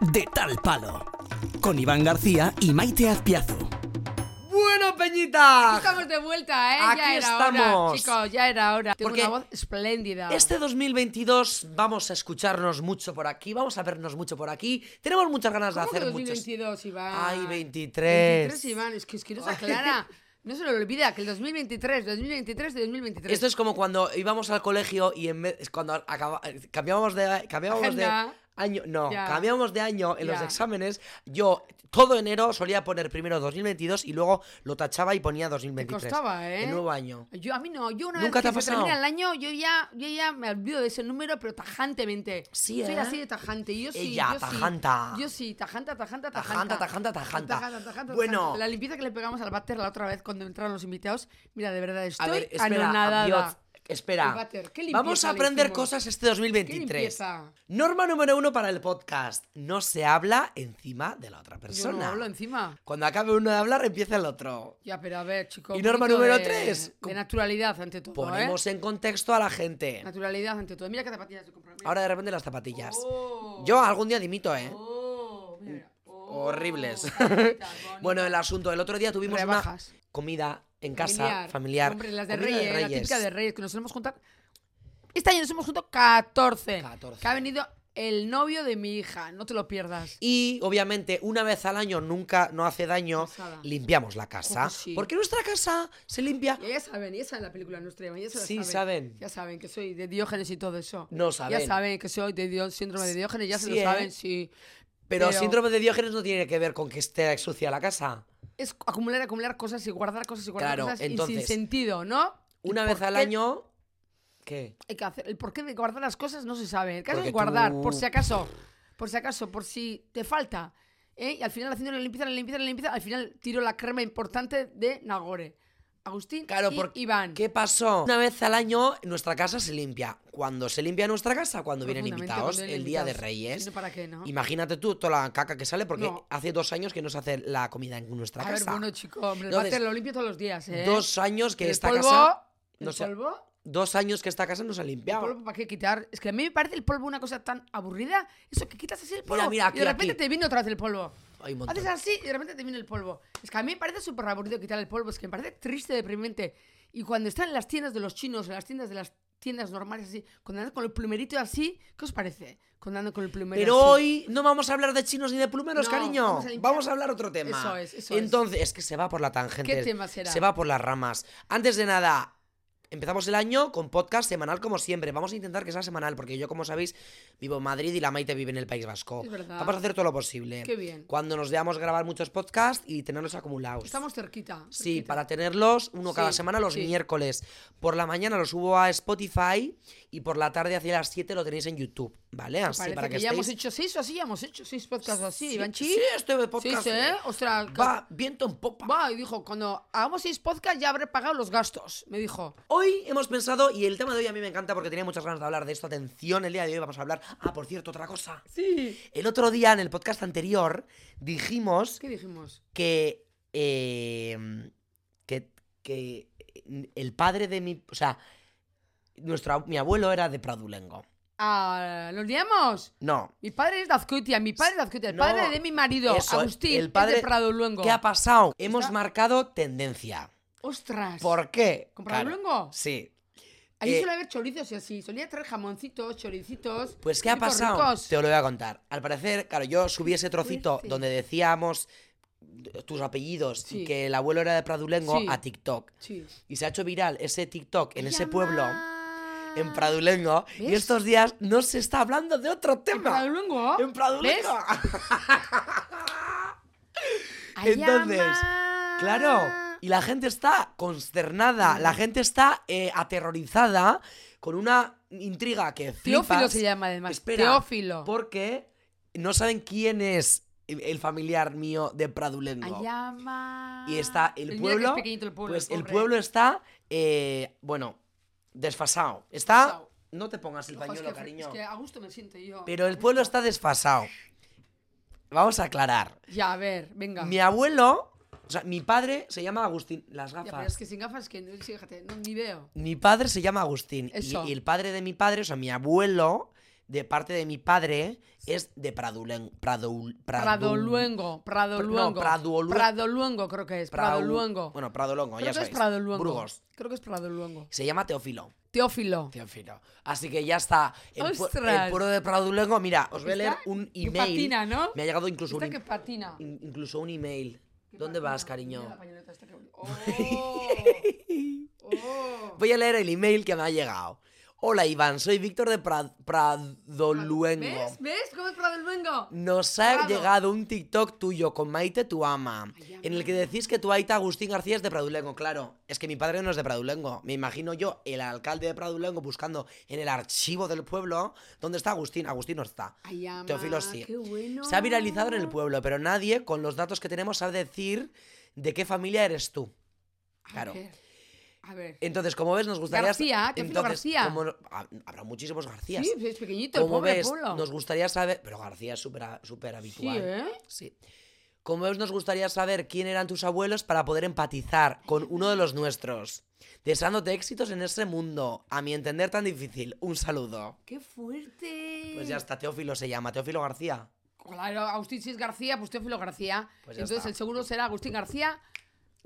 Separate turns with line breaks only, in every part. de tal palo. Con Iván García y Maite Azpiazu.
Bueno, Peñita.
Estamos de vuelta, ¿eh?
Aquí
ya era
estamos.
hora, chicos, ya era hora. Tengo
Porque
una voz espléndida.
Este 2022 vamos a escucharnos mucho por aquí, vamos a vernos mucho por aquí. Tenemos muchas ganas de
¿Cómo que
hacer muchos.
2022, Iván?
Ay, 23.
23, Iván, es que, es que no se aclara. No se lo olvida que el 2023, 2023 y 2023.
Esto es como cuando íbamos al colegio y en vez- es cuando acaba- eh, cambiábamos de cambiábamos de
Agenda.
año, no,
Ya.
cambiábamos de año en los
Ya.
exámenes. Yo todo enero solía poner primero 2022 y luego lo tachaba y ponía 2023.
costaba, ¿eh?
El nuevo año.
Yo, a mí no, yo una
¿Nunca te
vez que
ha
se
pasado?
termina el año, yo ya, yo ya me olvido de ese número, pero tajantemente.
Sí,
Soy
¿eh?
así de tajante. Yo sí,
Ella,
yo sí.
tajanta.
yo sí, tajanta, tajanta,
Tajanta,
tajanta.
tajanta, tajanta.
tajanta, tajanta.
Bueno.
La limpieza que le pegamos al váter la otra vez cuando entraron los invitados, mira, de verdad, estoy
A ver, espera,
anonadada.
adiós, espera.
El váter, ¿qué
Vamos
limpieza
a
le
aprender
hicimos?
cosas este 2023.
limpieza?
Norma número uno para el podcast. No se habla encima de la otra
Yo
persona.
no hablo encima.
Cuando acabe uno de hablar, empieza el otro.
Ya, pero a ver, chicos.
Y norma número tres,
De naturalidad ante todo,
Ponemos en contexto a la gente.
¿eh? Naturalidad ante todo. Mira qué zapatillas de compromiso.
Ahora de repente las zapatillas.
Oh.
Yo algún día dimito, ¿eh? Mm,
Oh, mira, mira. Oh,
Horribles.
bonitas,
bueno, el
bonitas.
asunto. El otro día tuvimos
Rebajas.
una comida en casa, familiar.
Hombre, las de
Comida
Reyes, la típica de Reyes, que nos hemos juntado. Este año nos hemos juntado 14.
14.
Que ha venido el novio de mi hija, no te lo pierdas.
Y obviamente, una vez al año, nunca, no hace daño,
Pasada.
limpiamos la casa.
Ojo, sí.
Porque nuestra casa se limpia.
Y ya saben, ya saben la película nuestra, ya se la
Sí,
saben.
saben.
Ya saben que soy de Diógenes y todo eso.
No
Ya
saben.
saben que soy de Dió- síndrome de Diógenes, ya se
Sí,
lo
¿eh?
saben, sí.
Pero,
Pero-
síndrome de Diógenes no tiene que ver con que esté sucia la casa.
Es acumular, acumular cosas y guardar cosas y guardar
Claro,
cosas y
entonces,
sin sentido, ¿no? ¿Y
Una
por
vez al
qué
año. ¿Qué?
hay que hacer- El porqué de guardar las cosas no se sabe. El caso
Porque
es guardar,
tú-
por si acaso. Por si acaso, por si te falta. ¿eh? Y al final, haciendo la limpieza, la limpieza, la limpieza, al final tiro la crema importante de Nagore. Agustín
Claro,
y
porque
Iván.
¿Qué pasó? Mm. Una vez al año nuestra casa se limpia. Cuando se limpia nuestra casa, cuando vienen
Profundamente,
invitados,
cuando vienen
el día de
invitados.
Reyes.
Si no, ¿Para qué, no?
Imagínate tú toda la caca que sale porque
No.
hace dos años que no se hace la comida en nuestra
A ver,
casa.
bueno, chico, hombre, el
Entonces,
váter lo limpio todos los días, ¿eh?
Dos años que
El
esta
polvo,
casa.
el
no Ah. se-
polvo,
Dos años que esta casa no se ha
el
limpiado.
polvo, ¿para qué quitar? Es que a mí me parece el polvo una cosa tan aburrida. Eso que quitas así el polvo
Mira, mira, aquí,
y de repente
aquí.
te viene otra vez el polvo.
Hay un montón.
Haces así y de repente te viene el polvo. Es que a mí me parece súper aburrido quitar el polvo. Es que me parece triste, deprimente. Y cuando están en las tiendas de los chinos, en las tiendas de las tiendas normales así, cuando andan con el plumerito así, ¿qué os parece? Cuando andan con el plumerito
Pero
así.
hoy no vamos a hablar de chinos ni de plumeros,
No,
cariño. Vamos
vamos
a,
a limpiar.
hablar otro tema.
Eso es, eso es.
Entonces, es que se va por la tangente.
¿Qué tema será?
Se va por las ramas. Antes de nada, empezamos el año con podcast semanal como siempre. Vamos a intentar que sea semanal, porque yo, como sabéis, vivo en Madrid y la Maite vive en el País Vasco.
Es verdad.
Vamos a hacer todo lo posible.
Qué bien.
Cuando nos veamos grabar muchos podcasts y tenerlos acumulados.
Estamos cerquita.
Sí,
cerquita.
para tenerlos uno cada
Sí,
semana los
sí.
miércoles. Por la mañana los subo a Spotify y por la tarde hacia las 7 lo tenéis en YouTube, ¿vale? Así
Parece
para que,
que, ya hemos
estéis...
hecho seis o así, ya hemos hecho seis podcasts o así,
Sí,
Ivanchi.
sí, este podcast
Sí, sí, ¿eh? Ostras, que-
Va viento en popa.
Va, y dijo, cuando hagamos seis podcasts ya habré pagado los gastos, me dijo.
Hoy hemos pensado, y el tema de hoy a mí me encanta porque tenía muchas ganas de hablar de esto. Atención, el día de hoy vamos a hablar. Ah, por cierto, otra cosa.
Sí.
El otro día, en el podcast anterior, dijimos
¿Qué dijimos?
que. eh, que. que el padre de mi. O sea, nuestro, ab- mi abuelo era de Pradulengo.
Ah, ¿Los liamos?
No.
Mi padre es de Azcoitia, mi padre es de Azcoitia, el
No,
padre de mi marido,
eso,
Agustín,
el padre-
es de Prado Luengo.
¿Qué ha pasado? Hemos
Está-
marcado tendencia.
¡Ostras!
¿Por qué?
¿Con Pradulengo?
Sí.
Allí
eh,
suele haber chorizos y así, solía traer jamoncitos, choricitos.
Pues ¿qué ha
ricos,
pasado?
ricos.
Te lo voy a contar. Al parecer, claro, yo subí ese trocito
fuerte.
donde decíamos tus apellidos y
Sí.
que el abuelo era de Pradulengo
Sí.
a TikTok.
Sí.
Y se ha hecho viral ese TikTok en ese
Llama-
pueblo, en Pradulengo. Y
¿Ves?
estos días no se está hablando de otro
¿En
tema.
Prado Luengo?
En Pradulengo. Ah,
Ay,
Entonces,
ama. Ah.
claro. Y la gente está consternada,
Mm.
la gente está eh, aterrorizada con una intriga que flipas.
Teófilo se llama además.
Espera,
Teófilo.
Porque no saben quién es el familiar mío de Pradulengo.
Ayama.
Y está el
Mira que
pueblo.
es pequeñito el pueblo.
pues el
pobre.
pueblo está, eh, bueno, desfasado. Está.
Desfasado.
No te pongas el
Ojo, es
pañuelo,
que-
cariño.
Es que a gusto me siento yo.
Pero el
A
pueblo
gusto.
está desfasado. Vamos a aclarar.
Ya, a ver, venga.
Mi abuelo, o sea, mi padre se llama Agustín. Las
Ya, pero es
gafas.
que sin gafas que no, sí, fíjate, no, ni veo.
Mi padre se llama Agustín. Y,
Eso.
y el padre de mi padre, o sea, mi abuelo, de parte de mi padre es de Pradulen, Pradul, Pradul-
Pradoluengo, Pradoluengo.
no, Pradolue-
Pradoluengo creo que es,
Pradu-
Pradoluengo.
Bueno, Pradolongo, ya
creo que es
sabéis.
Pradoluengo.
Burgos.
Creo que es Pradoluengo.
Se llama Teófilo.
Teófilo.
Teófilo. Así que ya está. El, pu-
¡Ostras!
el pueblo de Pradulengo, mira, os voy a leer
Está
un
que
email.
patina, ¿no?
Me ha llegado incluso un,
Esta que patina.
in- incluso un email.
Que
¿Dónde
patina.
vas,
Mira
cariño?
la pañoleta esta que- ¡Oh! ¡Oh!
Voy a leer el email que me ha llegado. Hola Iván, soy Víctor de Pra- Pradoluengo.
¿Ves? ¿Ves cómo es Pradoluengo?
Nos ha
Prado.
llegado un TikTok tuyo con Maite tu ama,
Ay, ama.
en el que decís que tu aita Agustín García es de Pradulengo. Claro, es que mi padre no es de Pradulengo. Me imagino yo, el alcalde de Pradulengo, buscando en el archivo del pueblo dónde está Agustín. Agustín no está.
Ay, ama,
Teófilo sí.
Ah, qué bueno.
Se ha viralizado en el pueblo, pero nadie, con los datos que tenemos, sabe decir de qué familia eres tú.
A
Claro.
ver, A ver.
Entonces, como ves, nos gustaría...
García, Teófilo García.
como no- ha- habrá muchísimos Garcías.
Sí, es pequeñito el
como
pobre
ves,
pueblo.
nos gustaría saber... Pero García es súper súper
Sí,
habitual.
¿eh?
Sí. Como ves, nos gustaría saber quién eran tus abuelos para poder empatizar con uno de los nuestros. Deseándote éxitos en ese mundo, a mi entender tan difícil. Un saludo.
¡Qué fuerte!
Pues ya está, Teófilo se llama, Teófilo García.
Claro, Agustín si es García, pues Teófilo García.
Pues ya
Entonces
está.
el seguro será Agustín García,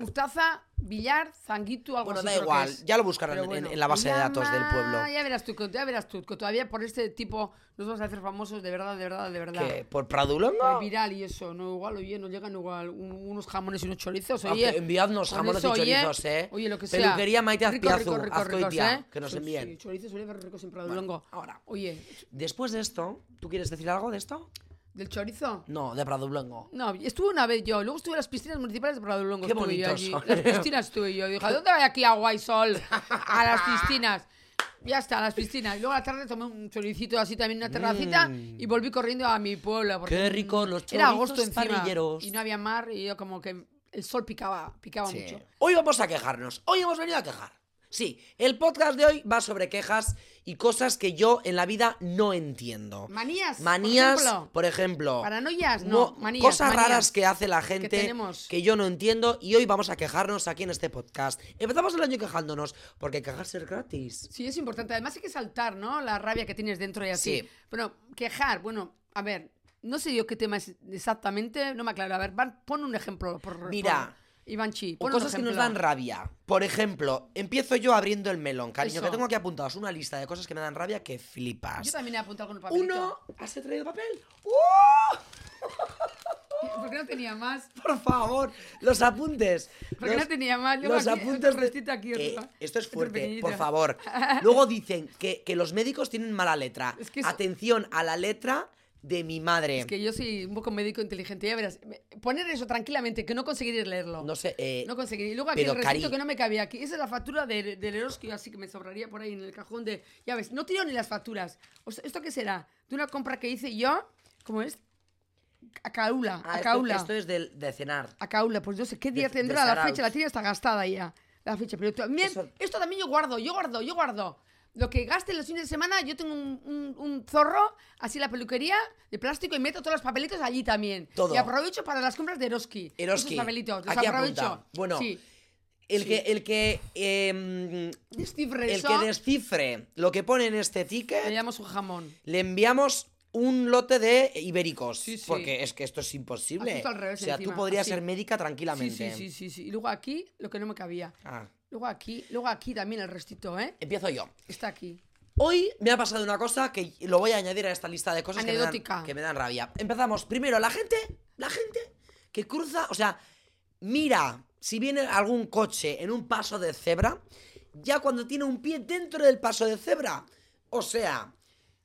Ustaza, Villar, Zanguito, algo
Bueno,
así
da
creo que
igual,
es.
ya lo buscarán
Pero
en-
bueno,
en la base de datos del
llama,
pueblo.
Ya verás tú, que- ya verás tú, que todavía por este tipo nos vamos a hacer famosos de verdad, de verdad, de verdad.
¿Qué? ¿Por Pradulongo?
Por viral y eso, no igual, oye, nos llegan igual un- unos jamones y unos chorizos,
Ah,
oye.
que enviadnos
Con
jamones
eso,
y
oye,
chorizos, ¿eh?
Oye, lo que sea.
Peluquería Maite
Rico,
Azpiazu,
rico, rico,
Azcoitia,
ricos, ¿eh?
que nos
Sí,
envíen.
Sí, chorizos suelen ver ricos en Pradolongo.
ahora.
Oye,
Después de esto, ¿tú quieres decir algo de esto?
¿del chorizo?
No, de Pradulongo.
No, estuve una vez yo, luego estuve en las piscinas municipales de Pradolongo.
Qué
estuve yo
bonitos
allí.
son.
Las piscinas estuve yo. Dije, ¿a dónde voy aquí agua y sol? A las piscinas. Ya está, a las piscinas. Y luego a la tarde tomé un choricito así también en una terracita y volví corriendo a mi pueblo. porque,
Mm. Qué rico,
mm,
los
Era agosto
chorizos
encima
parrilleros.
y no había mar y yo como que el sol picaba, picaba
Sí.
mucho.
Hoy vamos a quejarnos. Hoy hemos venido a quejar. Sí, el podcast de hoy va sobre quejas y cosas que yo en la vida no entiendo.
Manías, por
Manías,
ejemplo.
por ejemplo.
Paranoias,
mo-
no, manías.
cosas
manías.
raras que hace la gente
tenemos.
que yo no entiendo y hoy vamos a quejarnos aquí en este podcast. Empezamos el año quejándonos porque quejarse es gratis.
Sí, es importante. Además hay que saltar, ¿no? La rabia que tienes dentro y así.
Sí.
Bueno, quejar, bueno, a ver, no sé yo qué tema es exactamente, no me aclaro. A ver, van- pon un ejemplo. Por,
Mira.
por- Ivanchi,
O
pon un
cosas que nos
ejemplo.
dan rabia. Por ejemplo, empiezo yo abriendo el melón, cariño, que
Eso.
tengo aquí apuntados una lista de cosas que me dan rabia que
Yo
flipas.
también he apuntado con un papelito.
Uno, ¿has traído papel? ¡Uh!
¿Por qué no tenía más?
Por favor, los apuntes.
¿Por qué no tenía más? Luego
Los
aquí,
apuntes
otro
de-
listito aquí
Eh,
arriba.
esto es
Otro
fuerte,
pequeñito.
por favor. Luego dicen que, que los médicos tienen mala letra.
Es que es-
Atención a la letra de mi madre.
Es que yo soy un poco médico inteligente, ya verás. Me- Poner eso tranquilamente, que no conseguiréis leerlo.
No sé, eh,
No conseguí. Y luego aquí el
pero,
recito
Cari-
que no me cabía aquí. Esa es la factura de, del Eros que yo así que me sobraría por ahí en el cajón de. Ya ves, no tiro ni las facturas. O sea, ¿Esto qué será? De una compra que hice yo, ¿cómo es? A caula,
Ah,
a
esto,
caula.
esto es del- de, cenar.
A caula, pues yo sé qué día
de
tendrá la
Saraus.
fecha, la tiene hasta gastada ya. La fecha, pero también,
Eso-
esto también yo guardo, yo guardo, yo guardo. Lo que gaste los fines de semana, yo tengo un, un- un zorro, así la peluquería de plástico y meto todos los papelitos allí también.
Todo.
Y aprovecho para las compras de Eroski.
Eroski.
Esos papelitos, los
Aquí
aprovecho.
apunta. Bueno,
Sí.
El que, el que, em,
Descifre
el
eso.
que descifre lo que pone en este
Le
ticket,
llamamos un jamón.
le enviamos un lote de ibéricos.
Sí, sí.
Porque es que esto es imposible.
Haz esto al revés
o sea,
encima,
tú podrías
así.
ser médica
Sí,
tranquilamente.
sí, sí, sí, sí. Y luego aquí, lo que no me cabía.
Ah,
Luego aquí, luego aquí también el restito, ¿eh?
empiezo yo.
Está aquí.
Hoy me ha pasado una cosa que lo voy a añadir a esta lista de cosas que me,
Anecdótica.
dan, que me dan rabia. Empezamos. Primero, la gente, la gente que cruza, o sea, mira, si viene algún coche en un paso de cebra, ya cuando tiene un pie dentro del paso de cebra, o sea,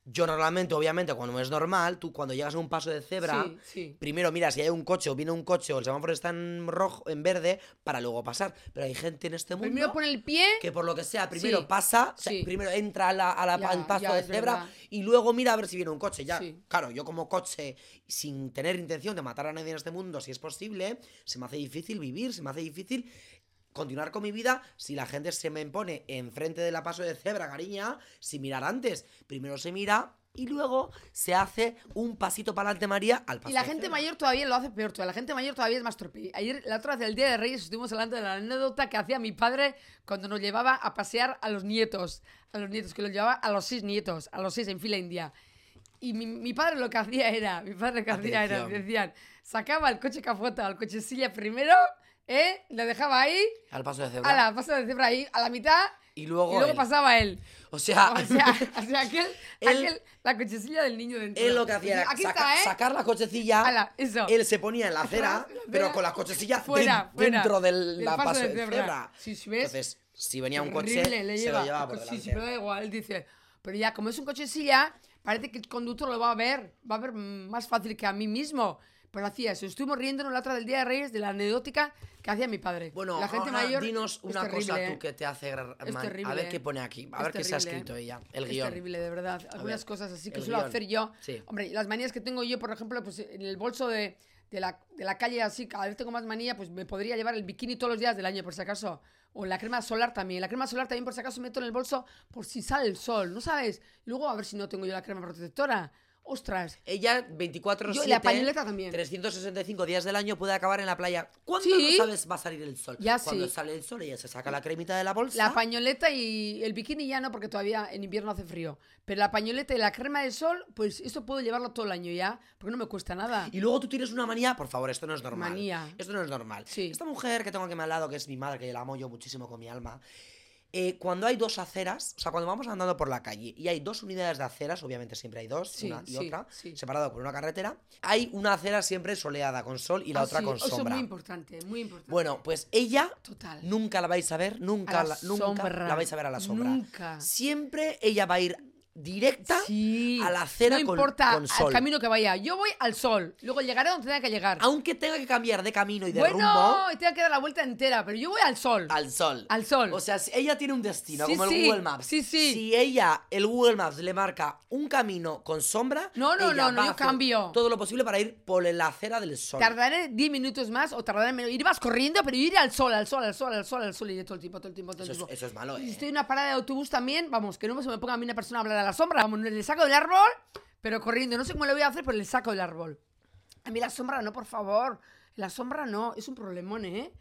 yo normalmente, obviamente, cuando es normal, tú cuando llegas a un paso de cebra,
Sí, sí.
primero mira si hay un coche o viene un coche o el semáforo está en rojo, en verde, para luego pasar. Pero hay gente en este mundo
Primero pone el pie.
que por lo que sea, primero
Sí,
pasa, o sea,
sí.
primero entra a la, a la
Ya,
al paso
ya,
de
es
cebra
verdad.
y luego mira a ver si viene un coche. Ya,
Sí.
claro, yo como coche, sin tener intención de matar a nadie en este mundo, si es posible, se me hace difícil vivir, se me hace difícil continuar con mi vida si la gente se me pone enfrente de la paso de cebra, cariña, sin mirar antes. Primero se mira y luego se hace un pasito para adelante, María, al paso
Y la
de
gente
cebra.
mayor todavía lo hace peor. todavía. La gente mayor todavía es más torpe. Ayer, la otra vez, el Día de Reyes, estuvimos hablando de la anécdota que hacía mi padre cuando nos llevaba a pasear a los nietos. A los nietos, que los llevaba a los seis nietos, a los seis en fila india. Y mi, mi padre lo que hacía era, mi padre lo que hacía era,
Atención.
decían, sacaba el coche cafota, el coche silla primero, ¿eh? Lo dejaba ahí,
Al paso de cebra.
a la pasa de cebra ahí, a la mitad,
Y
y
luego,
luego
él.
pasaba él.
O sea,
O sea, o sea, aquel,
Él-
aquel- la cochecilla del niño dentro.
él lo que hacía era
Aquí
saca-
está, ¿eh?
sacar la cochecilla.
Ala, eso.
Él se ponía en la acera,
La acera,
pero con la cochecilla de-
fuera, fuera
dentro del,
del
la
paso
paso
de
de
cebra.
cebra.
Sí, sí, ¿ves?
Entonces, si venía un coche,
Horrible, le
se
lleva.
lo llevaba por
Sí, sí,
delante.
pero da igual, dice. Pero ya, como es un cochecilla, parece que el conductor lo va a ver, va a ver más fácil que a mí mismo. Pero hacía eso. Estuvimos riéndonos la otra del Día de Reyes de la anecdótica que hacía mi padre.
Bueno,
la gente
ahora
mayor.
dinos
es
una cosa
terrible,
tú
¿eh?
que te hace... gra-
Es
man-
terrible,
a ver
¿eh?
qué pone aquí, a
Es
ver qué se ha
terrible, ¿eh?
escrito ella, el
es
guión.
terrible, de verdad. Algunas
ver,
cosas así que
el
suelo
guión.
hacer yo.
Sí.
Hombre, las manías que tengo yo, por ejemplo, pues en el bolso de, de la, de la calle, así, cada vez tengo más manía, pues me podría llevar el bikini todos los días del año, por si acaso. O la crema solar también. La crema solar también, por si acaso, meto en el bolso por si sale el sol, ¿no sabes? Luego a ver si no tengo yo la crema protectora. Ostras.
Ella 24
Yo, y la pañoleta también.
365 días del año puede acabar en la playa. ¿Cuándo
Sí.
no sabes va a salir el sol?
Ya
Cuando
sí.
sale el sol ella se saca la cremita de la bolsa.
La pañoleta y el bikini ya no, porque todavía en invierno hace frío. Pero la pañoleta y la crema de sol, pues esto puedo llevarlo todo el año ya, porque no me cuesta nada.
Y luego tú tienes una manía, por favor, esto no es normal.
Manía.
Esto no es normal.
Sí.
Esta mujer que tengo aquí a mi lado, que es mi madre, que la amo yo muchísimo con mi alma. eh, cuando hay dos aceras, o sea, cuando vamos andando por la calle y hay dos unidades de aceras, obviamente siempre hay dos,
Sí,
una y
sí,
otra,
sí.
separado por una carretera, hay una acera siempre soleada con sol y la
Ah,
otra
sí,
con
eso es
sombra.
muy importante, muy importante.
Bueno, pues ella
Total.
nunca la vais a ver, nunca,
A la
la, nunca
sombra.
la vais a ver a la sombra.
Nunca.
Siempre ella va a ir directa
Sí.
a la acera
no
con,
importa
con sol.
al camino que vaya. Yo voy al sol. Luego llegaré donde tenga que llegar.
Aunque tenga que cambiar de camino y de
bueno,
rumbo
y tenga que dar la vuelta entera, pero yo voy al sol.
al sol.
Al sol.
O sea, si ella tiene un destino,
Sí,
como el
sí,
Google Maps.
sí, sí.
Si ella, el Google Maps, le marca un camino con sombra,
No, no,
ella
no, no,
va a
yo
hacer
cambio.
Todo lo posible para ir por la acera del sol.
Tardaré 10 minutos más o tardaré menos. Ir más corriendo, pero iré al sol, al sol, al sol, al sol, al sol, iré todo el tiempo, todo el tiempo, todo el
Eso es,
tiempo.
eso es malo,
Y
¿eh?
si estoy en una parada de autobús también, vamos, que no se me ponga a mí una persona a hablar a la sombra. Vamos, le saco del árbol, pero corriendo. No sé cómo lo voy a hacer, pero le saco del árbol. A mí la sombra no, por favor. La sombra no, es un problemón, ¿eh?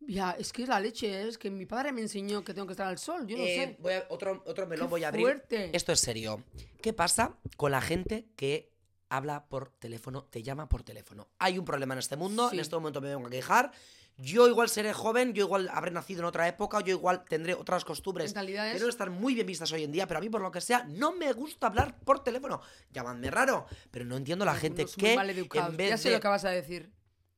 Ya, es que es la leche, ¿eh? es que mi padre me enseñó que tengo que estar al sol, yo no
Eh,
sé.
voy a- otro, otro melón
Qué
voy a abrir.
fuerte.
Esto es serio. ¿Qué pasa con la gente que habla por teléfono, te llama por teléfono? Hay un problema en este mundo,
Sí.
en este momento me vengo a quejar. Yo igual seré joven, yo igual habré nacido en otra época, yo igual tendré otras costumbres
Mentalidades.
que no están muy bien vistas hoy en día, pero a mí por lo que sea no me gusta hablar por teléfono. Llámanme raro, pero no entiendo la gente
Algunos muy
que
maleducados.
en vez
ya sé
de
lo que vas a decir.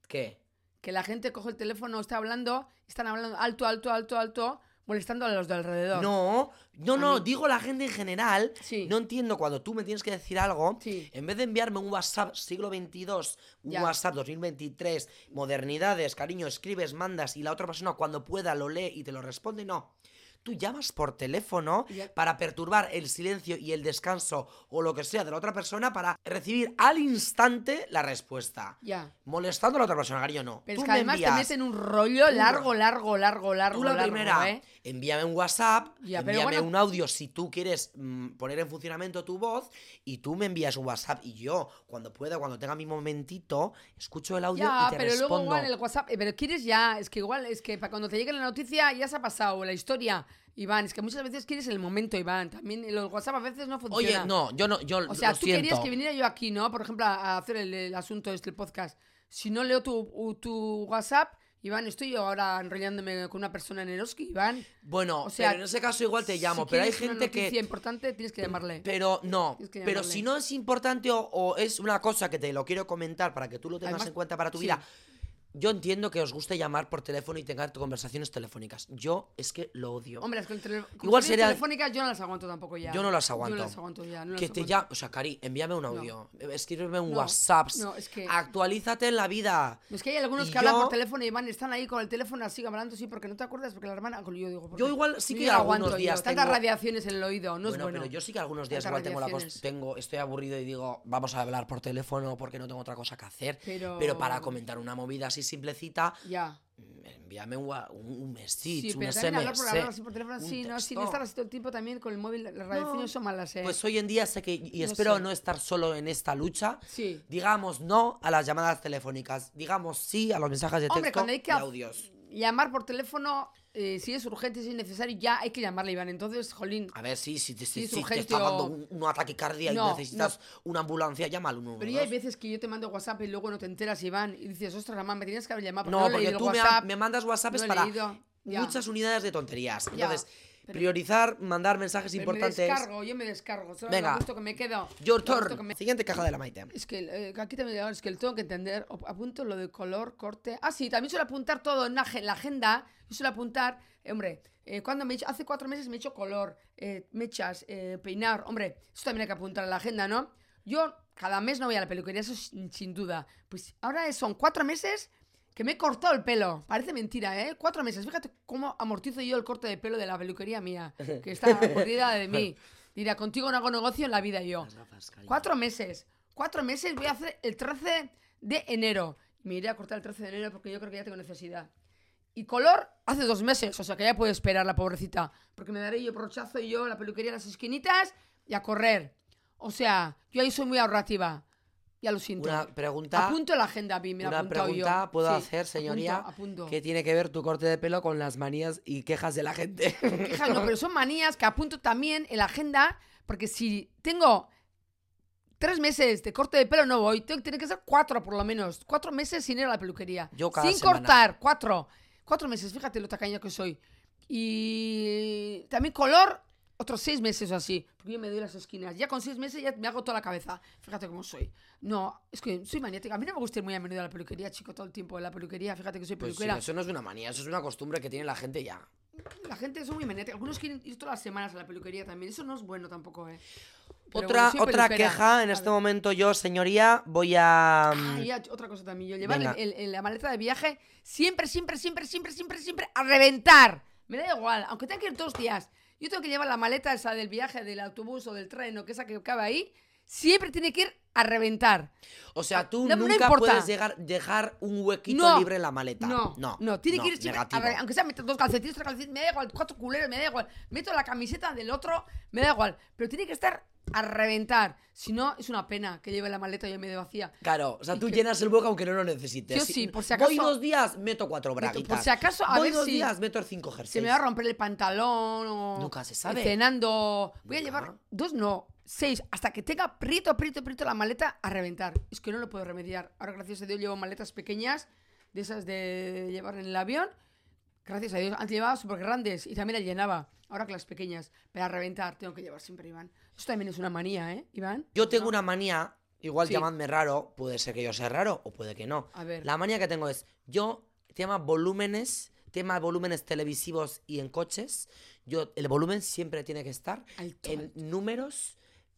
¿Qué?
Que la gente coge el teléfono, está hablando, están hablando alto, alto, alto, alto, molestando a los de alrededor.
No, no,
A
no,
mí-
digo la gente en general.
Sí.
No entiendo cuando tú me tienes que decir algo.
Sí.
En vez de enviarme un WhatsApp siglo XXII, un
Ya.
WhatsApp 2023, modernidades, cariño, escribes, mandas y la otra persona cuando pueda lo lee y te lo responde, no. Tú llamas por teléfono
Ya.
para perturbar el silencio y el descanso o lo que sea de la otra persona para recibir al instante la respuesta.
Ya.
Molestando a la otra persona, cariño, no.
Pero
Tú
es que
me
además te
envías
meten un rollo
Un
largo,
rollo.
largo, largo, largo.
Tú la
largo,
primera,
¿eh?
envíame un WhatsApp,
Ya, pero
envíame
bueno-
un audio si tú quieres mm, poner en funcionamiento tu voz y tú me envías un WhatsApp y yo, cuando pueda, cuando tenga mi momentito, escucho el audio
Ya,
y te
pero luego
respondo.
igual el WhatsApp, eh, pero quieres ya, es que igual, es que para cuando te llegue la noticia ya se ha pasado la historia, Iván, es que muchas veces quieres el momento, Iván, también el WhatsApp a veces no funciona.
Oye, no, yo no, yo
O sea,
lo
tú
siento.
querías que viniera yo aquí, ¿no? Por ejemplo, a a hacer el, el asunto de este podcast. Si no leo tu, u- tu WhatsApp, Iván, estoy yo ahora enrollándome con una persona en Eroski, Iván.
Bueno,
o sea,
pero en ese caso igual te llamo,
si
pero hay
quieres una
gente que...
noticia importante, tienes que llamarle.
Pero no,
Tienes que
pero
llamarle.
si no es importante o, o es una cosa que te lo quiero comentar para que tú lo tengas
Además,
en cuenta para tu
sí.
vida. Yo entiendo que os guste llamar por teléfono y tengar conversaciones telefónicas. Yo es que lo odio.
Hombre, las con tele- con
Igual
conversaciones
sería-
telefónicas yo no las aguanto tampoco ya.
Yo no las
Yo
aguanto.
no las aguanto ya. No las
que te
aguanto.
llame, o sea, Cari, envíame un audio, escríbeme un
No,
WhatsApp,
no, es que-
actualízate en la vida.
Es que hay algunos
Y
que hablan
yo-
por teléfono y van, están ahí con el teléfono así hablando, sí, porque no te acuerdas, porque la hermana. Yo digo, porque
Yo igual sí
no
que
la
algunos
aguanto yo.
días
Tantas
tengo-
radiaciones en el oído,
bueno,
no es bueno.
pero yo sí que algunos días
Tantas
igual tengo la cos-
radiaciones.
tengo estoy aburrido y digo, vamos a hablar por teléfono porque no tengo otra cosa que hacer.
Pero-
para comentar una movida así simplecita,
Ya.
envíame un, wa- un, un message,
Sí,
un
pero también hablar por
SMS,
hablar así por teléfono,
un
sí, no, sin
texto.
estar así todo el tiempo también con el móvil, las radiaciones
No.
son malas, ¿eh?
Pues hoy en día sé que, y
No
espero
sé.
no estar solo en esta lucha,
Sí.
digamos no a las llamadas telefónicas, digamos sí a los mensajes de texto
Hombre, cuando hay que
y
ha-
audios.
Llamar por teléfono eh, si es urgente, si es necesario, ya hay que llamarle, Iván. Entonces, jolín.
A ver, sí, si te, si-
Sí, es
si te
urgente
está dando
o-
un, un ataque cardíaco
No,
y necesitas una ambulancia, llama al 112.
Pero ya hay veces que yo te mando WhatsApp y luego no te enteras, Iván, y dices, ostras, mamá, me tenías que haber llamado.
No,
he
porque
leído el
tú me,
WhatsApp,
me mandas WhatsApps
no he
para
leído". Ya.
muchas unidades de tonterías.
Ya,
Entonces,
pero-
priorizar, mandar mensajes
Pero Me
importantes.
descargo, yo me descargo. Solo
Venga.
Venga. gusto que me quedo.
Your
lo a gusto
turn.
que me-
Siguiente caja de la Maite.
Es que eh, aquí también es que lo tengo que entender. O- Apunto lo de color, corte. Ah, sí, también suelo apuntar todo en la, agen- la agenda. Yo suelo apuntar, eh, hombre, eh, cuando me he hecho- hace cuatro meses me he hecho color, eh, mechas, eh, peinar. Hombre, eso también hay que apuntar en la agenda, ¿no? Yo cada mes no voy a la peluquería, eso sin, sin duda. Pues ahora son cuatro meses que me he cortado el pelo. Parece mentira, ¿eh? Cuatro meses. Fíjate cómo amortizo yo el corte de pelo de la peluquería mía, que está aburrida de mí. Dirá, contigo no hago negocio en la vida yo. Cuatro meses. Cuatro meses voy a hacer el 13 de enero. Me iré a cortar el 13 de enero porque yo creo que ya tengo necesidad. Y color hace dos meses, o sea que ya puedo esperar la pobrecita. Porque me daré yo brochazo y yo la peluquería en las esquinitas y a correr. O sea, yo ahí soy muy ahorrativa. Ya lo siento.
Una pregunta.
apunto la agenda, a mí, me la he
una
apuntado
pregunta
yo.
puedo
Sí,
hacer, señoría,
Apunto, apunto.
que tiene que ver tu corte de pelo con las manías y quejas de la gente.
Quejas no, pero son manías que apunto también en la agenda, porque si tengo tres meses de corte de pelo, no voy. Tengo- Tiene que ser cuatro, por lo menos. Cuatro meses sin ir a la peluquería.
Yo cada
sin
semana.
cortar, cuatro. Cuatro meses, fíjate lo tacaña que soy. Y también color, otros seis meses o así. Porque yo me doy las esquinas. Ya con seis meses ya me hago toda la cabeza. Fíjate cómo soy. No, es que soy maniática. A mí no me gusta ir muy a menudo a la peluquería, chico, todo el tiempo en la peluquería. Fíjate que soy
Pues sí,
peluquera.
eso no es una manía, eso es una costumbre que tiene la gente ya.
La gente es muy maniática. Algunos quieren ir todas las semanas a la peluquería también. Eso no es bueno tampoco, ¿eh? Pero
otra
bueno, soy
otra
peluquera.
queja en
A
este
ver.
momento yo, señoría, voy a... mm,
Ah, y otra cosa también. Yo llevar
Venga.
el- el- la maleta de viaje siempre, siempre, siempre, siempre, siempre, siempre a reventar. Me da igual, aunque tenga que ir dos días. Yo tengo que llevar la maleta esa del viaje, del autobús o del tren o que esa que cabe ahí. Siempre tiene que ir a reventar.
O sea, tú
No, no
nunca
importa.
puedes llegar, dejar un huequito
No,
libre en la maleta.
No,
no,
tiene que ir siempre a
negativo.
re- aunque sea meter dos calcetines, tres calcetines, me da igual, cuatro culeros, me da igual, meto la camiseta del otro, me da igual, pero tiene que estar a reventar, si no es una pena que lleve la maleta ya medio vacía.
Claro, o sea,
Y
tú
que-
llenas el hueco aunque no lo necesites.
Yo
Si-
sí, por si acaso-
Voy dos días, meto cuatro braguitas.
por si acaso, a
Voy
ver
dos
si-
días, meto cinco jerseys.
Se me va a romper el pantalón o
Nunca se sabe.
cenando. Voy a
Ya.
llevar dos, no, seis, hasta que tenga prieto, prieto, prieto la maleta a reventar. Es que no lo puedo remediar. Ahora, gracias a Dios, llevo maletas pequeñas, de esas de llevar en el avión. Gracias a Dios, antes llevaba súper grandes y también las llenaba. Ahora que las pequeñas, pero a reventar tengo que llevar siempre, Iván. Eso también es una manía, ¿eh, Iván?
Yo tengo una manía, igual
Sí.
llamadme raro, puede ser que yo sea raro o puede que no.
A ver.
La manía que tengo es, yo, tema volúmenes, tema volúmenes televisivos y en coches, yo, el volumen siempre tiene que estar
Alto,
en
alto.
números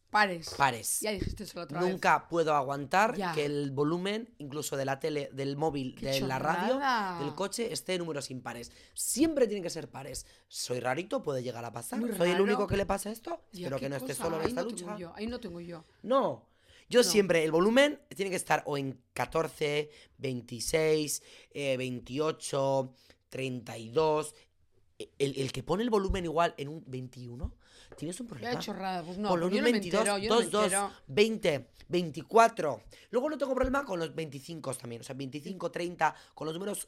Pares.
pares.
Ya dijiste eso la otra vez.
Nunca puedo aguantar
Ya.
que el volumen, incluso de la tele, del móvil,
¡Qué
de la radio,
chorrada!
del coche, esté en números impares. Siempre tienen que ser pares. Soy rarito, puede llegar a pasar.
Muy
Soy el
raro.
único que le pasa esto.
Ya,
Espero
qué
que no estés
cosa,
solo en
ahí
esta
no
lucha.
Tengo yo, ahí no tengo yo.
No. Yo
No.
siempre, el volumen tiene que estar o en 14, 26, eh, 28, 32. E, El, el que pone el volumen igual en un 21, tienes un problema.
Ya chorrada, pues no.
Ponlo en
yo
un
no me
22,
entero, yo no me
2, 2,
entero.
20, 24. Luego no tengo problema con los 25 también. O sea, 25, 30, con los números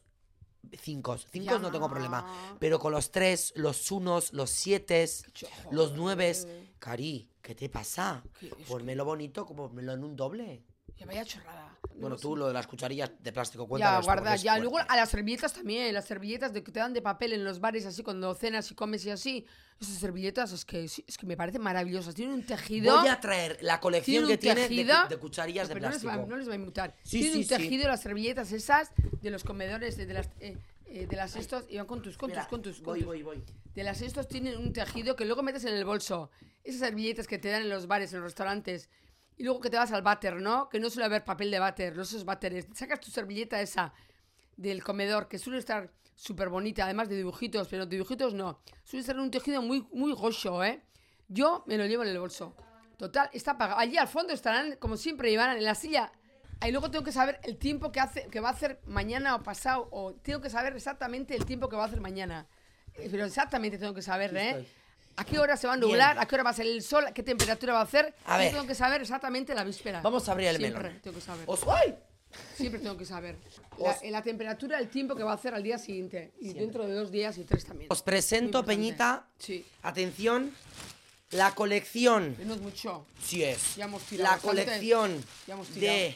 5. 5 no tengo problema.
Ya.
Pero con los 3, los 1, los 7,
Chojo,
los 9.
eh.
Cari, ¿qué te pasa?
¿Qué es?
Ponmelo bonito, como ponmelo en un doble.
Ya vaya chorrada.
Bueno,
No
tú lo de las cucharillas de plástico cuenta.
Ya, guarda, ya. Luego a las servilletas también, las servilletas de que te dan de papel en los bares así cuando cenas y comes y así. Esas servilletas es que, sí, es que me parecen maravillosas. Tienen un tejido.
Voy a traer la colección
tienen
que
un
tiene de,
tejido.
cu- de cucharillas de
Pero no les va-
plástico.
No les va a inmutar.
Sí,
Tienen
sí,
un
sí.
tejido, las servilletas esas de los comedores, de, de las. eh, eh, de las estos, iban con tus, con tus,
Espera,
con tus, con
voy,
tus.
voy, voy.
De las estos tienen un tejido que luego metes en el bolso. Esas servilletas que te dan en los bares, en los restaurantes. Y luego que te vas al váter, ¿no? Que no suele haber papel de váter, no esos váteres. Sacas tu servilleta esa del comedor, que suele estar súper bonita, además de dibujitos, pero dibujitos no. Suele ser un tejido muy, muy gocho, ¿eh? Yo me lo llevo en el bolso. Total, está apagado. Allí al fondo estarán, como siempre, Iván, en la silla. Y luego tengo que saber el tiempo que, hace, que va a hacer mañana o pasado, o tengo que saber exactamente el tiempo que va a hacer mañana. Eh, Pero exactamente tengo que saber,
Aquí
¿eh?
estoy.
¿A qué hora se va a
Bien.
nublar? ¿A qué hora va a salir el sol? ¿A qué temperatura va a hacer?
A
Yo
ver.
tengo que saber exactamente la víspera.
Vamos a abrir el
Siempre
melón.
tengo que saber.
Os- ¡Ay!
Siempre tengo que saber. La, eh, la temperatura, el tiempo que va a hacer al día siguiente. Y dentro de dos días y tres también.
Os presento,
Muy importante.
Peñita,
Sí.
atención, la colección.
No es mucho.
Sí es.
Ya hemos tirado
La
bastante.
colección
Ya hemos tirado.
de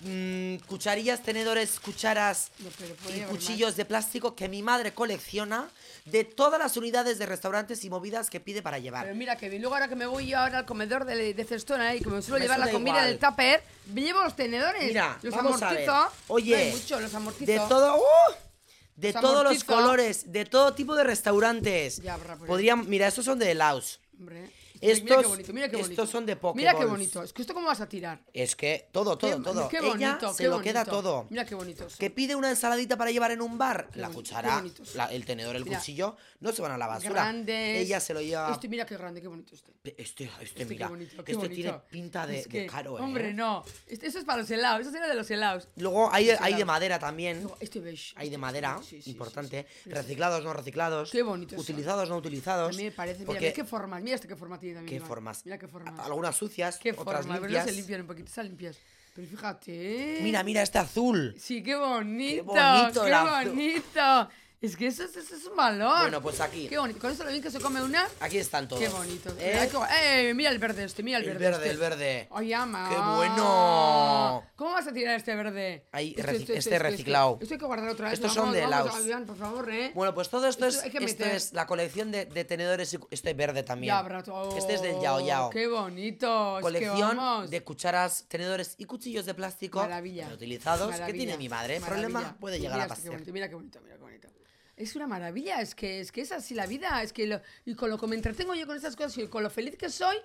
mm, cucharillas, tenedores, cucharas
No, pero podría
y
haber más.
cuchillos de plástico que mi madre colecciona de todas las unidades de restaurantes y movidas que pide para
Pero
llevar.
mira que bien. Luego ahora que me voy ahora al comedor de, de cestona eh, y que me suelo
Me
llevar la
suda
comida
igual.
del tupper, me llevo los tenedores.
Mira,
los
vamos a ver.
amortizo.
Oye,
No hay mucho, los amortizo.
De todo, ¡uh! de
Los
todos los
amortizo.
colores, de todo tipo de restaurantes.
Ya, habrá por ahí.
Podrían, mira, estos son de Laos.
Hombre,
Estos-
mira qué bonito, mira qué bonito.
estos son de
Mira qué
Pokéballs.
bonito. Es que esto cómo vas a tirar.
Es que todo, todo,
Qué-
todo.
Qué bonito,
Ella se
qué
lo queda
bonito.
todo.
Mira qué bonito.
que pide una ensaladita para llevar en un bar, la
boni- qué
cuchara,
bonitos.
la- el tenedor, el
Mira.
cuchillo, no se van a la basura.
Grandes.
Ella se lo lleva.
Este, mira qué grande, qué bonito este.
Pe- Este, este,
Este,
mira,
qué bonito, qué
este
bonito.
tiene pinta de,
Es
de
que,
caro, ¿eh?
Hombre, no. Este- eso es para los helados. Eso era de los helados.
Luego hay,
Este
hay de
lado.
madera también.
No, Este beige.
Hay
este-
de madera,
sí, sí, sí,
importante.
sí, sí.
Reciclados, no reciclados.
Qué bonitos son.
Utilizados, no
A
utilizados.
mí me parece. Mira,
porque
mira qué formas. Mira este qué forma tiene también.
qué
Iván.
formas.
Mira qué formas.
A- Algunas sucias,
Qué
otras
forma. Pero
limpias.
se limpian un poquito. Están limpias. Pero fíjate. ¿eh?
Mira, mira este azul.
Sí, qué bonito. Qué
bonito
bonito.
el azul.
Es que eso, es- eso es un valor.
Bueno, pues aquí.
Qué bonito. Con eso lo bien que se come una.
Aquí están todos.
Qué bonito.
¿Eh?
Mira, qué guay. Eh, mira el verde este, mira el,
El
verde.
verde,
este.
el verde.
Ay, ama.
¡Qué bueno!
¿Cómo vas a tirar este verde?
Ahí,
Esto,
reci-
esto, esto,
este
esto, esto.
reciclado.
Esto hay que guardar otra vez.
Estos
vamos,
son de
vamos,
Laos.
Adrián, por favor, ¿eh?
Bueno, pues todo esto,
Esto hay
es,
que
esto
meter.
es la colección de, de tenedores y cu- este verde también.
Ya, brato.
Este es del Yao Yao.
Qué bonito.
Colección de cucharas, tenedores y cuchillos de plástico
Maravilla.
reutilizados que
Maravilla,
tiene mi madre.
maravilla.
Problema puede llegar
Mira
a
este, qué
pasar.
bonito, mira qué bonito, mira qué bonito. Es una maravilla, es que es, que es así la vida. Es que lo- y con lo que me entretengo yo con estas cosas y con lo feliz que soy.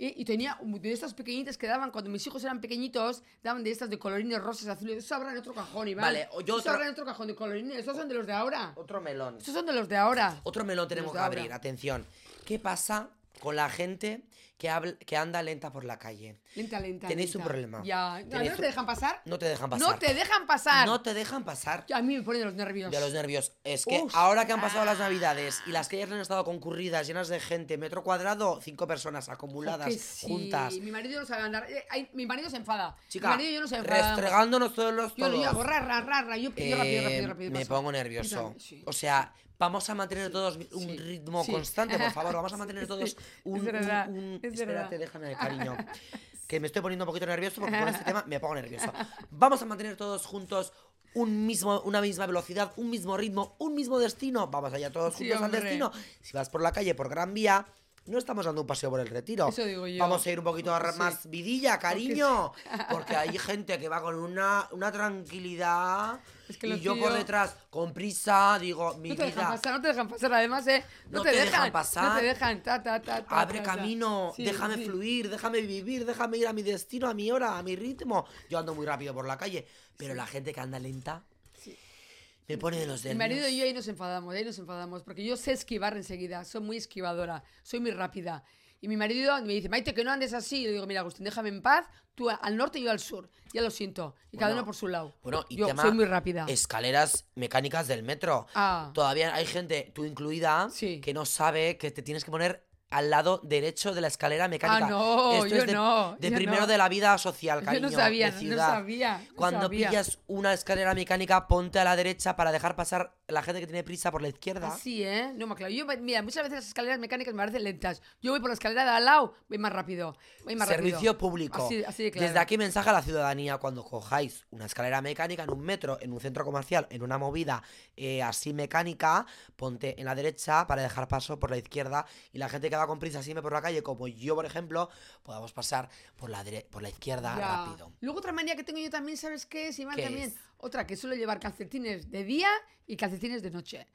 Y, y tenía un- de estas pequeñitas que daban cuando mis hijos eran pequeñitos, daban de estas de colorines rosas, azules. Eso habrá en otro cajón, Iván.
Vale, o yo
Eso
otro-
habrá en otro cajón de colorines. Estos son de los de ahora.
Otro melón.
Estos son de los de ahora.
Otro melón tenemos
Los
que
de
abrir.
ahora.
Atención. ¿Qué pasa con la gente que, habl- que anda lenta por la calle?
Lenta, lenta.
Tenéis
lenta.
un problema.
Ya. No,
Tenéis
¿no
un-
te dejan pasar?
No te dejan pasar.
No te dejan pasar.
No te dejan pasar.
A mí me ponen los nervios.
De los nervios. Es que
Ostras.
ahora que han pasado
Ah.
las navidades y las calles han estado concurridas, llenas de gente, metro cuadrado, cinco personas acumuladas,
Que sí,
juntas.
Mi marido no sabe andar. eh, ay, mi marido se enfada.
Chica,
mi marido y yo no se enfada.
restregándonos todos los
Yo, yo
todos.
hago ra, ra, ra, ra, Yo, yo rápido,
Eh,
rápido, rápido.
me
paso.
pongo
Yo
nervioso.
también, sí.
O sea, vamos a mantener todos un
sí,
ritmo
sí.
constante, por favor. Vamos a mantener
Es
todos un.
verdad,
un- un-
es
espérate,
verdad.
déjame, cariño. Que me estoy poniendo un poquito nervioso porque con este tema me pongo nervioso. Vamos a mantener todos juntos un mismo, una misma velocidad, un mismo ritmo, un mismo destino. Vamos allá todos
Sí,
juntos al
hombre.
destino. Si vas por la calle, por Gran Vía. No estamos dando un paseo por el retiro.
Eso digo yo.
Vamos a ir un poquito a-
Porque sí.
más vidilla, cariño. Porque hay gente que va con una, una tranquilidad.
Es que
y
los
yo por
tíos-
detrás, con prisa, digo, mi
No te dejan
vida,
pasar, no te dejan pasar. Además, eh. No, te, dejan,
pasar.
No te dejan. Ta, ta, ta, ta,
abre
ta, ta.
camino,
Sí,
déjame
sí.
fluir, déjame vivir, déjame ir a mi destino, a mi hora, a mi ritmo. Yo ando muy rápido por la calle, pero la gente que anda lenta me pone de los
Mi marido
nervios.
y yo ahí nos enfadamos, ahí nos enfadamos, porque yo sé esquivar enseguida, soy muy esquivadora, soy muy rápida. Y mi marido me dice, Maite, que no andes así. Y yo digo, mira, Agustín, déjame en paz, tú al norte y yo al sur. Ya lo siento. Y cada
Bueno,
uno por su lado.
Bueno, y
yo
tema
soy muy rápida.
escaleras mecánicas del metro.
Ah.
Todavía hay gente, tú incluida,
Sí.
que no sabe que te tienes que poner al lado derecho de la escalera mecánica.
Ah, no,
Esto
yo
es de,
no,
de
yo
primero
no.
de la vida social,
Yo
cariño.
no sabía,
de
no
ciudad.
sabía. no
Cuando
sabía.
pillas una escalera mecánica, ponte a la derecha para dejar pasar la gente que tiene prisa por la izquierda.
Así, ¿eh? No me aclaro. Yo, mira, muchas veces las escaleras mecánicas me parecen lentas. Yo voy por la escalera de al lado, voy más rápido. Voy más
Servicio
rápido.
público.
Así, así de claro.
Desde aquí mensaje a la ciudadanía cuando cojáis una escalera mecánica en un metro, en un centro comercial, en una movida eh, así mecánica, ponte en la derecha para dejar paso por la izquierda y la gente que va con prisa así por la calle, como yo por ejemplo, podamos pasar por la dere- por la izquierda
Ya.
rápido.
Luego otra manía que tengo yo también, ¿sabes qué es, Iván?
¿Qué
también.
es?
Otra, que suelo llevar calcetines de día y calcetines de noche.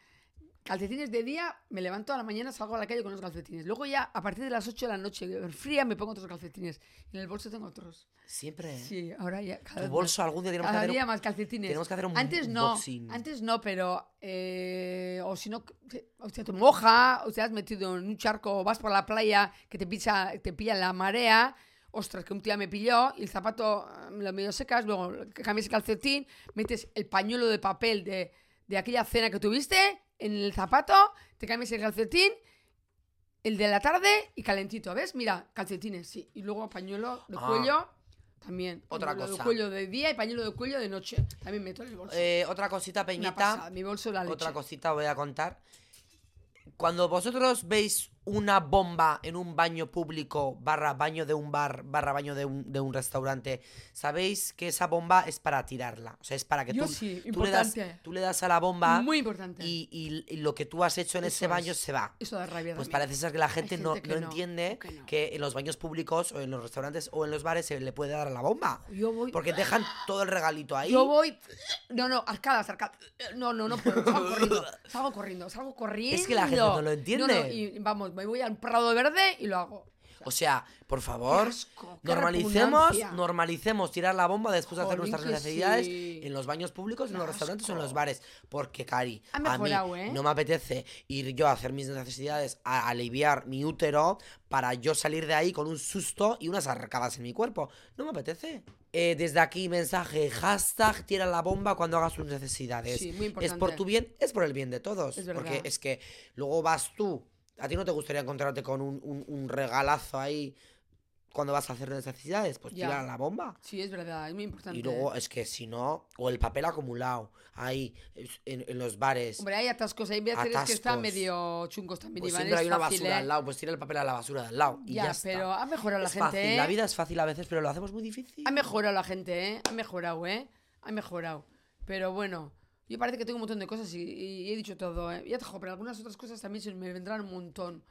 Calcetines de día, me levanto a la mañana, salgo a la calle con unos calcetines. Luego ya, a partir de las 8 de la noche, fría, me pongo otros calcetines. En el bolso tengo otros.
Siempre.
Sí, ahora ya. cada
¿Eh? Tu
vez
bolso algún día tenemos que
Cada
hacer un-
día más calcetines.
tenemos que hacer un
Antes no,
unboxing.
antes no, pero... eh, o si no, te- o sea, te moja, o te has metido en un charco, o vas por la playa que te, pisa, te pilla la marea. Ostras, que un día me pilló y el zapato eh, me lo medio secas, luego cambias el calcetín, metes el pañuelo de papel de, de aquella cena que tuviste en el zapato, te cambias el calcetín, el de la tarde y calentito, ¿ves? Mira, calcetines, sí. Y luego pañuelo de
Ah.
cuello También.
Otra
pañuelo
cosa.
de cuello de día y pañuelo de cuello de noche. También meto en el bolso.
Eh, otra cosita,
Una
Peñita.
pasada, mi bolso de la leche.
Otra cosita voy a contar. Cuando vosotros veis una bomba en un baño público, barra baño de un bar, barra baño de un, de un restaurante, sabéis que esa bomba es para tirarla. O sea, es para que
Yo
tú,
sí,
tú, le das,
importante.
tú le das a la bomba
Muy importante.
y, y- y lo que tú has hecho en
Eso
ese baño
es.
se va.
Eso da rabia
Pues
también.
parece ser que la gente, no,
gente que
no
no,
entiende
que no.
que en los baños públicos o en los restaurantes o en los bares se le puede dar a la bomba.
Yo voy-
Porque dejan todo el regalito ahí.
Yo voy. No, no, arcadas, arcadas. No, no, no puedo. Salgo corriendo. Salgo corriendo, salgo corriendo.
Es que la gente no lo entiende.
No, no, y vamos, me voy al Prado Verde y lo hago.
O sea, por favor,
Qué asco, qué
normalicemos,
repugnancia.
normalicemos tirar la bomba después de hacer
Jolín,
nuestras
que
necesidades
sí.
en los baños públicos, en los
Qué
restaurantes o en
asco.
los bares. Porque, Cari,
Ha
a mí
mejorado, ¿eh?
no me apetece ir yo a hacer mis necesidades, a aliviar mi útero, para yo salir de ahí con un susto y unas arcadas en mi cuerpo. No me apetece. Eh, desde aquí, mensaje, hashtag, tira la bomba cuando hagas tus necesidades.
Sí, muy
Es por
importante.
tu bien, es por el bien de todos.
Es
porque
verdad.
es que luego vas tú. A ti no te gustaría encontrarte con un, un- un regalazo ahí cuando vas a hacer necesidades. Pues
Ya.
tira la bomba.
Sí, es verdad, es muy importante.
Y luego es que si no, o el papel acumulado ahí es- en, en los bares.
Hombre, hay atascos, hay viajeros que están
Atascos.
medio chungos también.
pues
Iván,
siempre
es
hay una
fácil,
basura
¿eh?
al lado, pues tira el papel a la basura de al lado. Y
Ya,
ya, está.
pero ha mejorado la
Es
gente.
fácil,
¿eh?
la vida es fácil a veces, pero lo hacemos muy difícil.
Ha mejorado la gente, ¿eh? Ha mejorado, ¿eh? Ha mejorado. Pero bueno, yo parece que tengo un montón de cosas y, y he dicho todo, ¿eh? Ya te joder, pero algunas otras cosas también se me vendrán un montón.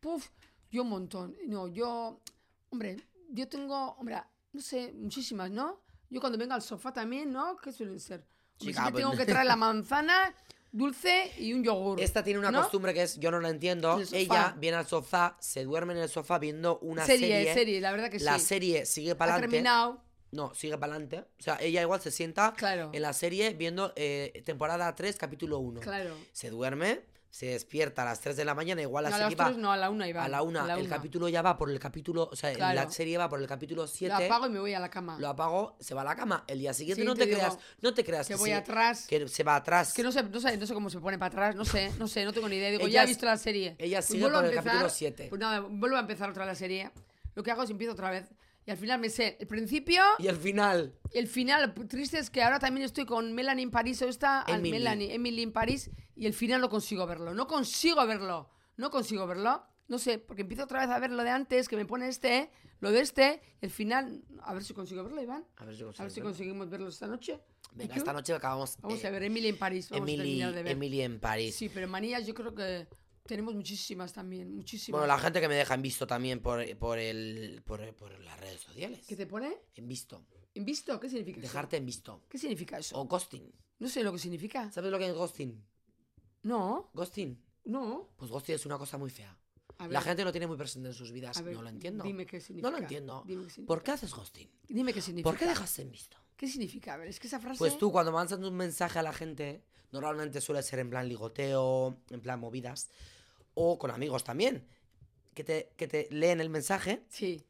Puf, yo un montón. No, yo. Hombre, yo tengo. Hombre, no sé, muchísimas, ¿no? Yo cuando venga al sofá también, ¿no? ¿Qué suelen ser? Hombre,
Chica,
siempre
pues-
tengo que traer la manzana, dulce y un yogur.
Esta tiene una
¿no?
costumbre que es, yo no la entiendo.
El sofá.
Ella viene al sofá, se duerme en el sofá viendo una
serie,
serie. ¿eh?
serie, la verdad que
la
sí.
serie sigue para
ha
adelante.
terminado.
No, sigue para adelante. O sea, ella igual se sienta
Claro.
en la serie viendo eh, temporada 3, capítulo 1.
Claro.
Se duerme, se despierta a las 3 de la mañana, igual la
No, a
serie
las
va
tres, no, a la una iba.
a la 1. El capítulo ya va por el capítulo, o sea,
Claro.
la serie va por el capítulo 7.
Lo apago y me voy a la cama.
Lo apago, se va a la cama. El día siguiente
Sí,
no
te
te,
digo
creas, no te creas
que
que,
voy
se-
atrás.
que se va atrás.
Que no sé, no sé, no sé cómo se pone para atrás, no sé, no sé, no tengo ni idea. Digo,
Ella
ya he
es-
visto la serie. Pues
ella sigue
vuelvo
por
a
el capítulo siete.
Pues nada, vuelvo a empezar otra vez la serie. Lo que hago es empiezo otra vez. Y al final me sé el principio
Y al final,
y el final. Lo triste es que ahora también estoy con Melanie en París, o esta, al
Emily.
Melanie, Emily en París, y el final no consigo verlo. No consigo verlo. No consigo verlo. No sé, porque empiezo otra vez a ver lo de antes, que me pone este, lo de este, y el final. A ver si consigo verlo, Iván.
a ver si
A ver si
consigo.
conseguimos verlo esta noche.
Venga,
¿Y tú?
esta noche acabamos.
Vamos
eh,
a ver, Emily en París. Vamos a
Emily,
terminar de ver.
Emily en París.
Sí, pero manías yo creo que tenemos muchísimas también, muchísimas.
Bueno, la gente que me deja en visto también por, por, el, por, por las redes sociales.
¿Qué te pone?
En visto.
¿En visto? ¿Qué significa eso?
Dejarte en visto.
¿Qué significa eso?
O ghosting.
No sé lo que significa.
¿Sabes lo que es ghosting?
No,
Ghosting.
no.
Pues ghosting es una cosa muy fea.
A ver,
La gente lo tiene muy presente en sus vidas.
a ver,
no lo entiendo.
Dime qué significa.
No lo entiendo.
Dime qué significa.
¿Por qué haces ghosting?
Dime qué significa.
¿Por qué dejas en visto?
¿Qué significa? A ver, es que esa frase.
Pues tú, cuando mandas un mensaje a la gente, normalmente suele ser en plan ligoteo, en plan movidas, o con amigos también, que te, que te leen el mensaje,
Sí.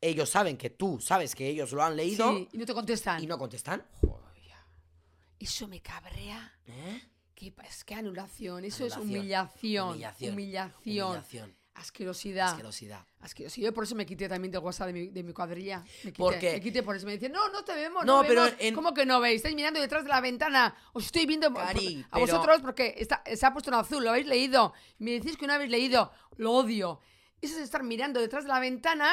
ellos saben que tú sabes que ellos lo han leído
sí, y no te contestan.
y no contestan.
Joder. Eso me cabrea.
¿Eh?
¿Qué pa- es que anulación? Eso es
Anulación.
humillación.
Humillación.
Humillación.
Humillación.
Asquerosidad.
Asquerosidad.
Asqueroso. Ah, Yo por eso me quité también del WhatsApp de mi, de mi cuadrilla. Me quité,
Porque-
me quité por eso. Me dicen, no, no te vemos.
No,
No,
pero
pero
en-
¿Cómo que no veis? Estáis mirando detrás de la ventana. Os estoy viendo por-
Cari,
a
pero-
vosotros porque está- se ha puesto en azul. Lo habéis leído. Me decís que no habéis leído. Lo odio. Eso es estar mirando detrás de la ventana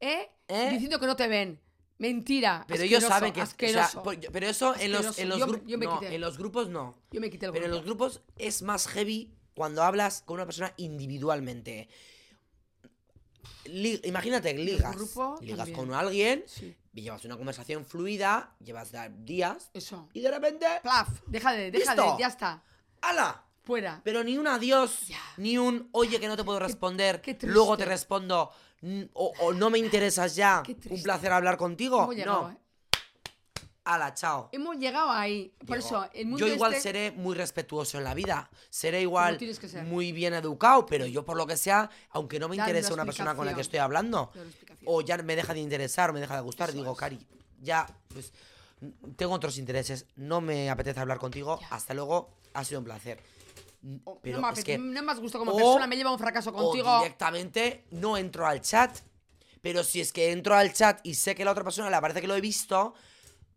¿eh?
¿Eh?
diciendo que no te ven. Mentira.
Pero
Asqueroso,
ellos saben que o sea,
Asqueroso.
por- yo- pero eso en los, en,
Asqueroso.
los
Yo me-
grup-
yo me
no,
quité.
en los grupos no.
Yo me quité el
Pero en los
grupo.
grupos es más heavy cuando hablas con una persona individualmente. Li- imagínate, ligas.
grupo
ligas
también.
con alguien,
Sí.
y llevas una conversación fluida, llevas da- días,
Eso.
y de repente.
Plaf. Deja de, deja de.
Listo.
Ya está.
¡Hala!
Fuera.
Pero ni un adiós,
Ya.
ni un oye que no te puedo responder,
qué triste.
luego te respondo, n- o, o no me interesas ya,
Qué
un
triste.
placer hablar contigo.
Hemos llegado,
No,
¿eh?
hala, chao.
Hemos llegado ahí.
Digo,
Por eso, el mundo
yo igual
este-
seré muy respetuoso en la vida, seré igual
tienes que ser.
muy bien educado, pero yo por lo que sea, aunque no me
Dar una
interese una persona con la que estoy
explicación.
hablando,
Dar una explicación.
o ya me deja de interesar, me deja de gustar,
Eso
digo,
es.
Cari, ya, pues tengo otros intereses, no me apetece hablar contigo,
Ya.
hasta luego, ha sido un placer. N-
O-
Pero
no, me
es
apete-
que
no me has gustado como
o-
persona, me lleva a un fracaso
o
contigo.
directamente no entro al chat, Pero si es que entro al chat y sé que la otra persona le parece que lo he visto,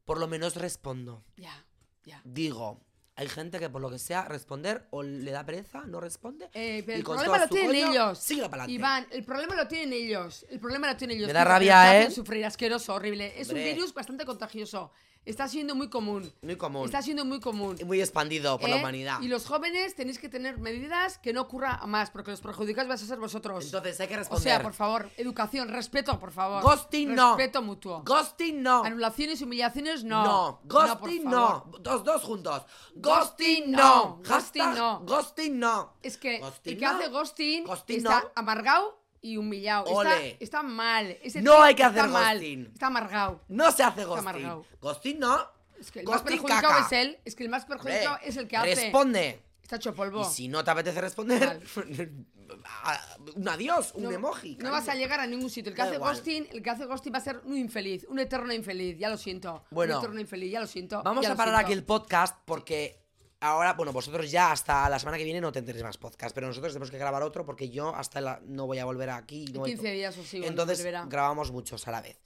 por lo menos respondo.
Ya, ya.
Digo, hay gente que por lo que sea responder o le da pereza, no responde.
Eh, pero
y
el
con
problema
todo
lo
su
tienen
coño,
ellos.
sigue para adelante.
Iván, el problema lo tienen ellos. El problema lo tienen ellos.
Me da
Fíjate,
rabia,
te
¿eh?
hacen Sufrir asqueroso, horrible. Es un
Hombre.
virus bastante contagioso. Está siendo muy común.
Muy común.
Está siendo muy común.
Y Muy expandido por la
¿eh?
humanidad.
Y los jóvenes tenéis que tener medidas que no ocurra a más, porque los perjudicados vais a ser vosotros.
Entonces hay que
o
responder.
sea, por favor, educación, respeto, por favor.
Ghosting no.
Respeto mutuo.
Ghosting no.
Anulaciones y humillaciones no.
No,
por
ghosting
favor.
no. Dos, dos juntos.
Ghosting
Ghosting
no.
no.
Ghosting
Hashtag
no.
Ghosting no.
Es que
Ghosting
el que
no.
hace ghosting,
Ghosting
está
no.
amargado y humillado. Está,
Ole.
está mal. Ese
No
tío
hay que
está
hacer
mal.
ghosting.
Está amargado.
No se hace ghosting.
amargado.
Ghosting no.
Es que el más
ghosting
perjudicado
caca.
es él. Es que el más
Hombre,
perjudicado es el que hace.
Responde.
Está hecho polvo.
Y si no te apetece responder, a- un adiós, un
No-
emoji.
No
cariño.
vas a llegar a ningún sitio. El que
Da
hace
igual.
ghosting, el que hace ghosting va a ser un infeliz, un eterno infeliz, ya lo siento.
Bueno.
un eterno infeliz, ya lo siento.
Vamos
Oh, ya
a
lo
parar
siento.
aquí el podcast porque ahora, bueno, vosotros ya hasta la semana que viene no tendréis más podcast, pero nosotros tenemos que grabar otro porque yo hasta la, no voy a volver aquí. y
En
No voy-
15 días o sí, bueno,
Entonces
volverá.
grabamos muchos a la vez.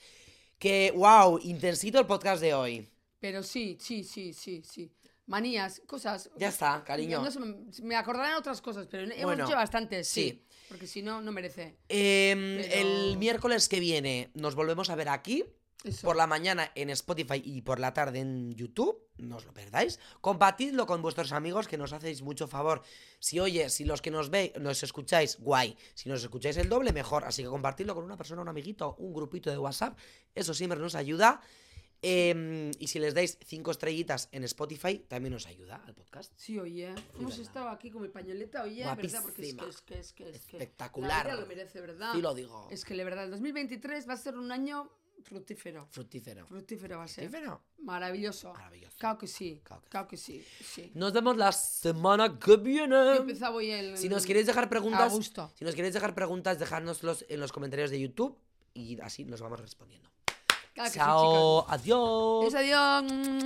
Que, wow, intensito el podcast de hoy.
Pero sí, sí, sí, sí, sí. Manías, cosas.
Ya está, cariño.
No sé, me acordarán otras cosas, pero hemos
Bueno,
hecho bastantes, sí.
sí.
Porque si no, no merece.
Em,
Pero-
El miércoles que viene nos volvemos a ver aquí.
Eso.
Por la mañana en Spotify y por la tarde en YouTube, no os lo perdáis. Compartidlo con vuestros amigos que nos hacéis mucho favor. Si oye, si los que nos veis, nos escucháis, guay. Si nos escucháis el doble, mejor. Así que compartidlo con una persona, un amiguito, un grupito de WhatsApp. Eso siempre nos ayuda. Em, y si les dais cinco estrellitas en Spotify, también nos ayuda al podcast.
Sí, oye. Hemos
verdad.
estado aquí con mi pañoleta, oye, ¿verdad? Porque es que,
Guapísima.
es que, es que, es que
Espectacular.
La vida lo merece, ¿verdad?
Sí lo digo.
Ah, Es que, de verdad, el 2023 va a ser un año fructífero.
Fructífero.
Fructífero va a ser.
Fructífero.
Maravilloso.
Maravilloso.
Claro que sí.
Claro que Mm.
Claro que sí. sí.
Nos vemos la semana que
Yo
viene.
empezaba hoy el.
Si nos queréis dejar preguntas,
gusto.
si nos queréis dejar preguntas, dejárnoslos en los comentarios de YouTube y así nos vamos respondiendo.
Claro Ah, que sí,
Chao,
chicas.
adiós.
Es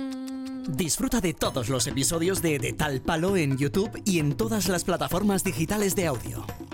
adiós.
Disfruta de todos los episodios de De Tal Palo en YouTube y en todas las plataformas digitales de audio.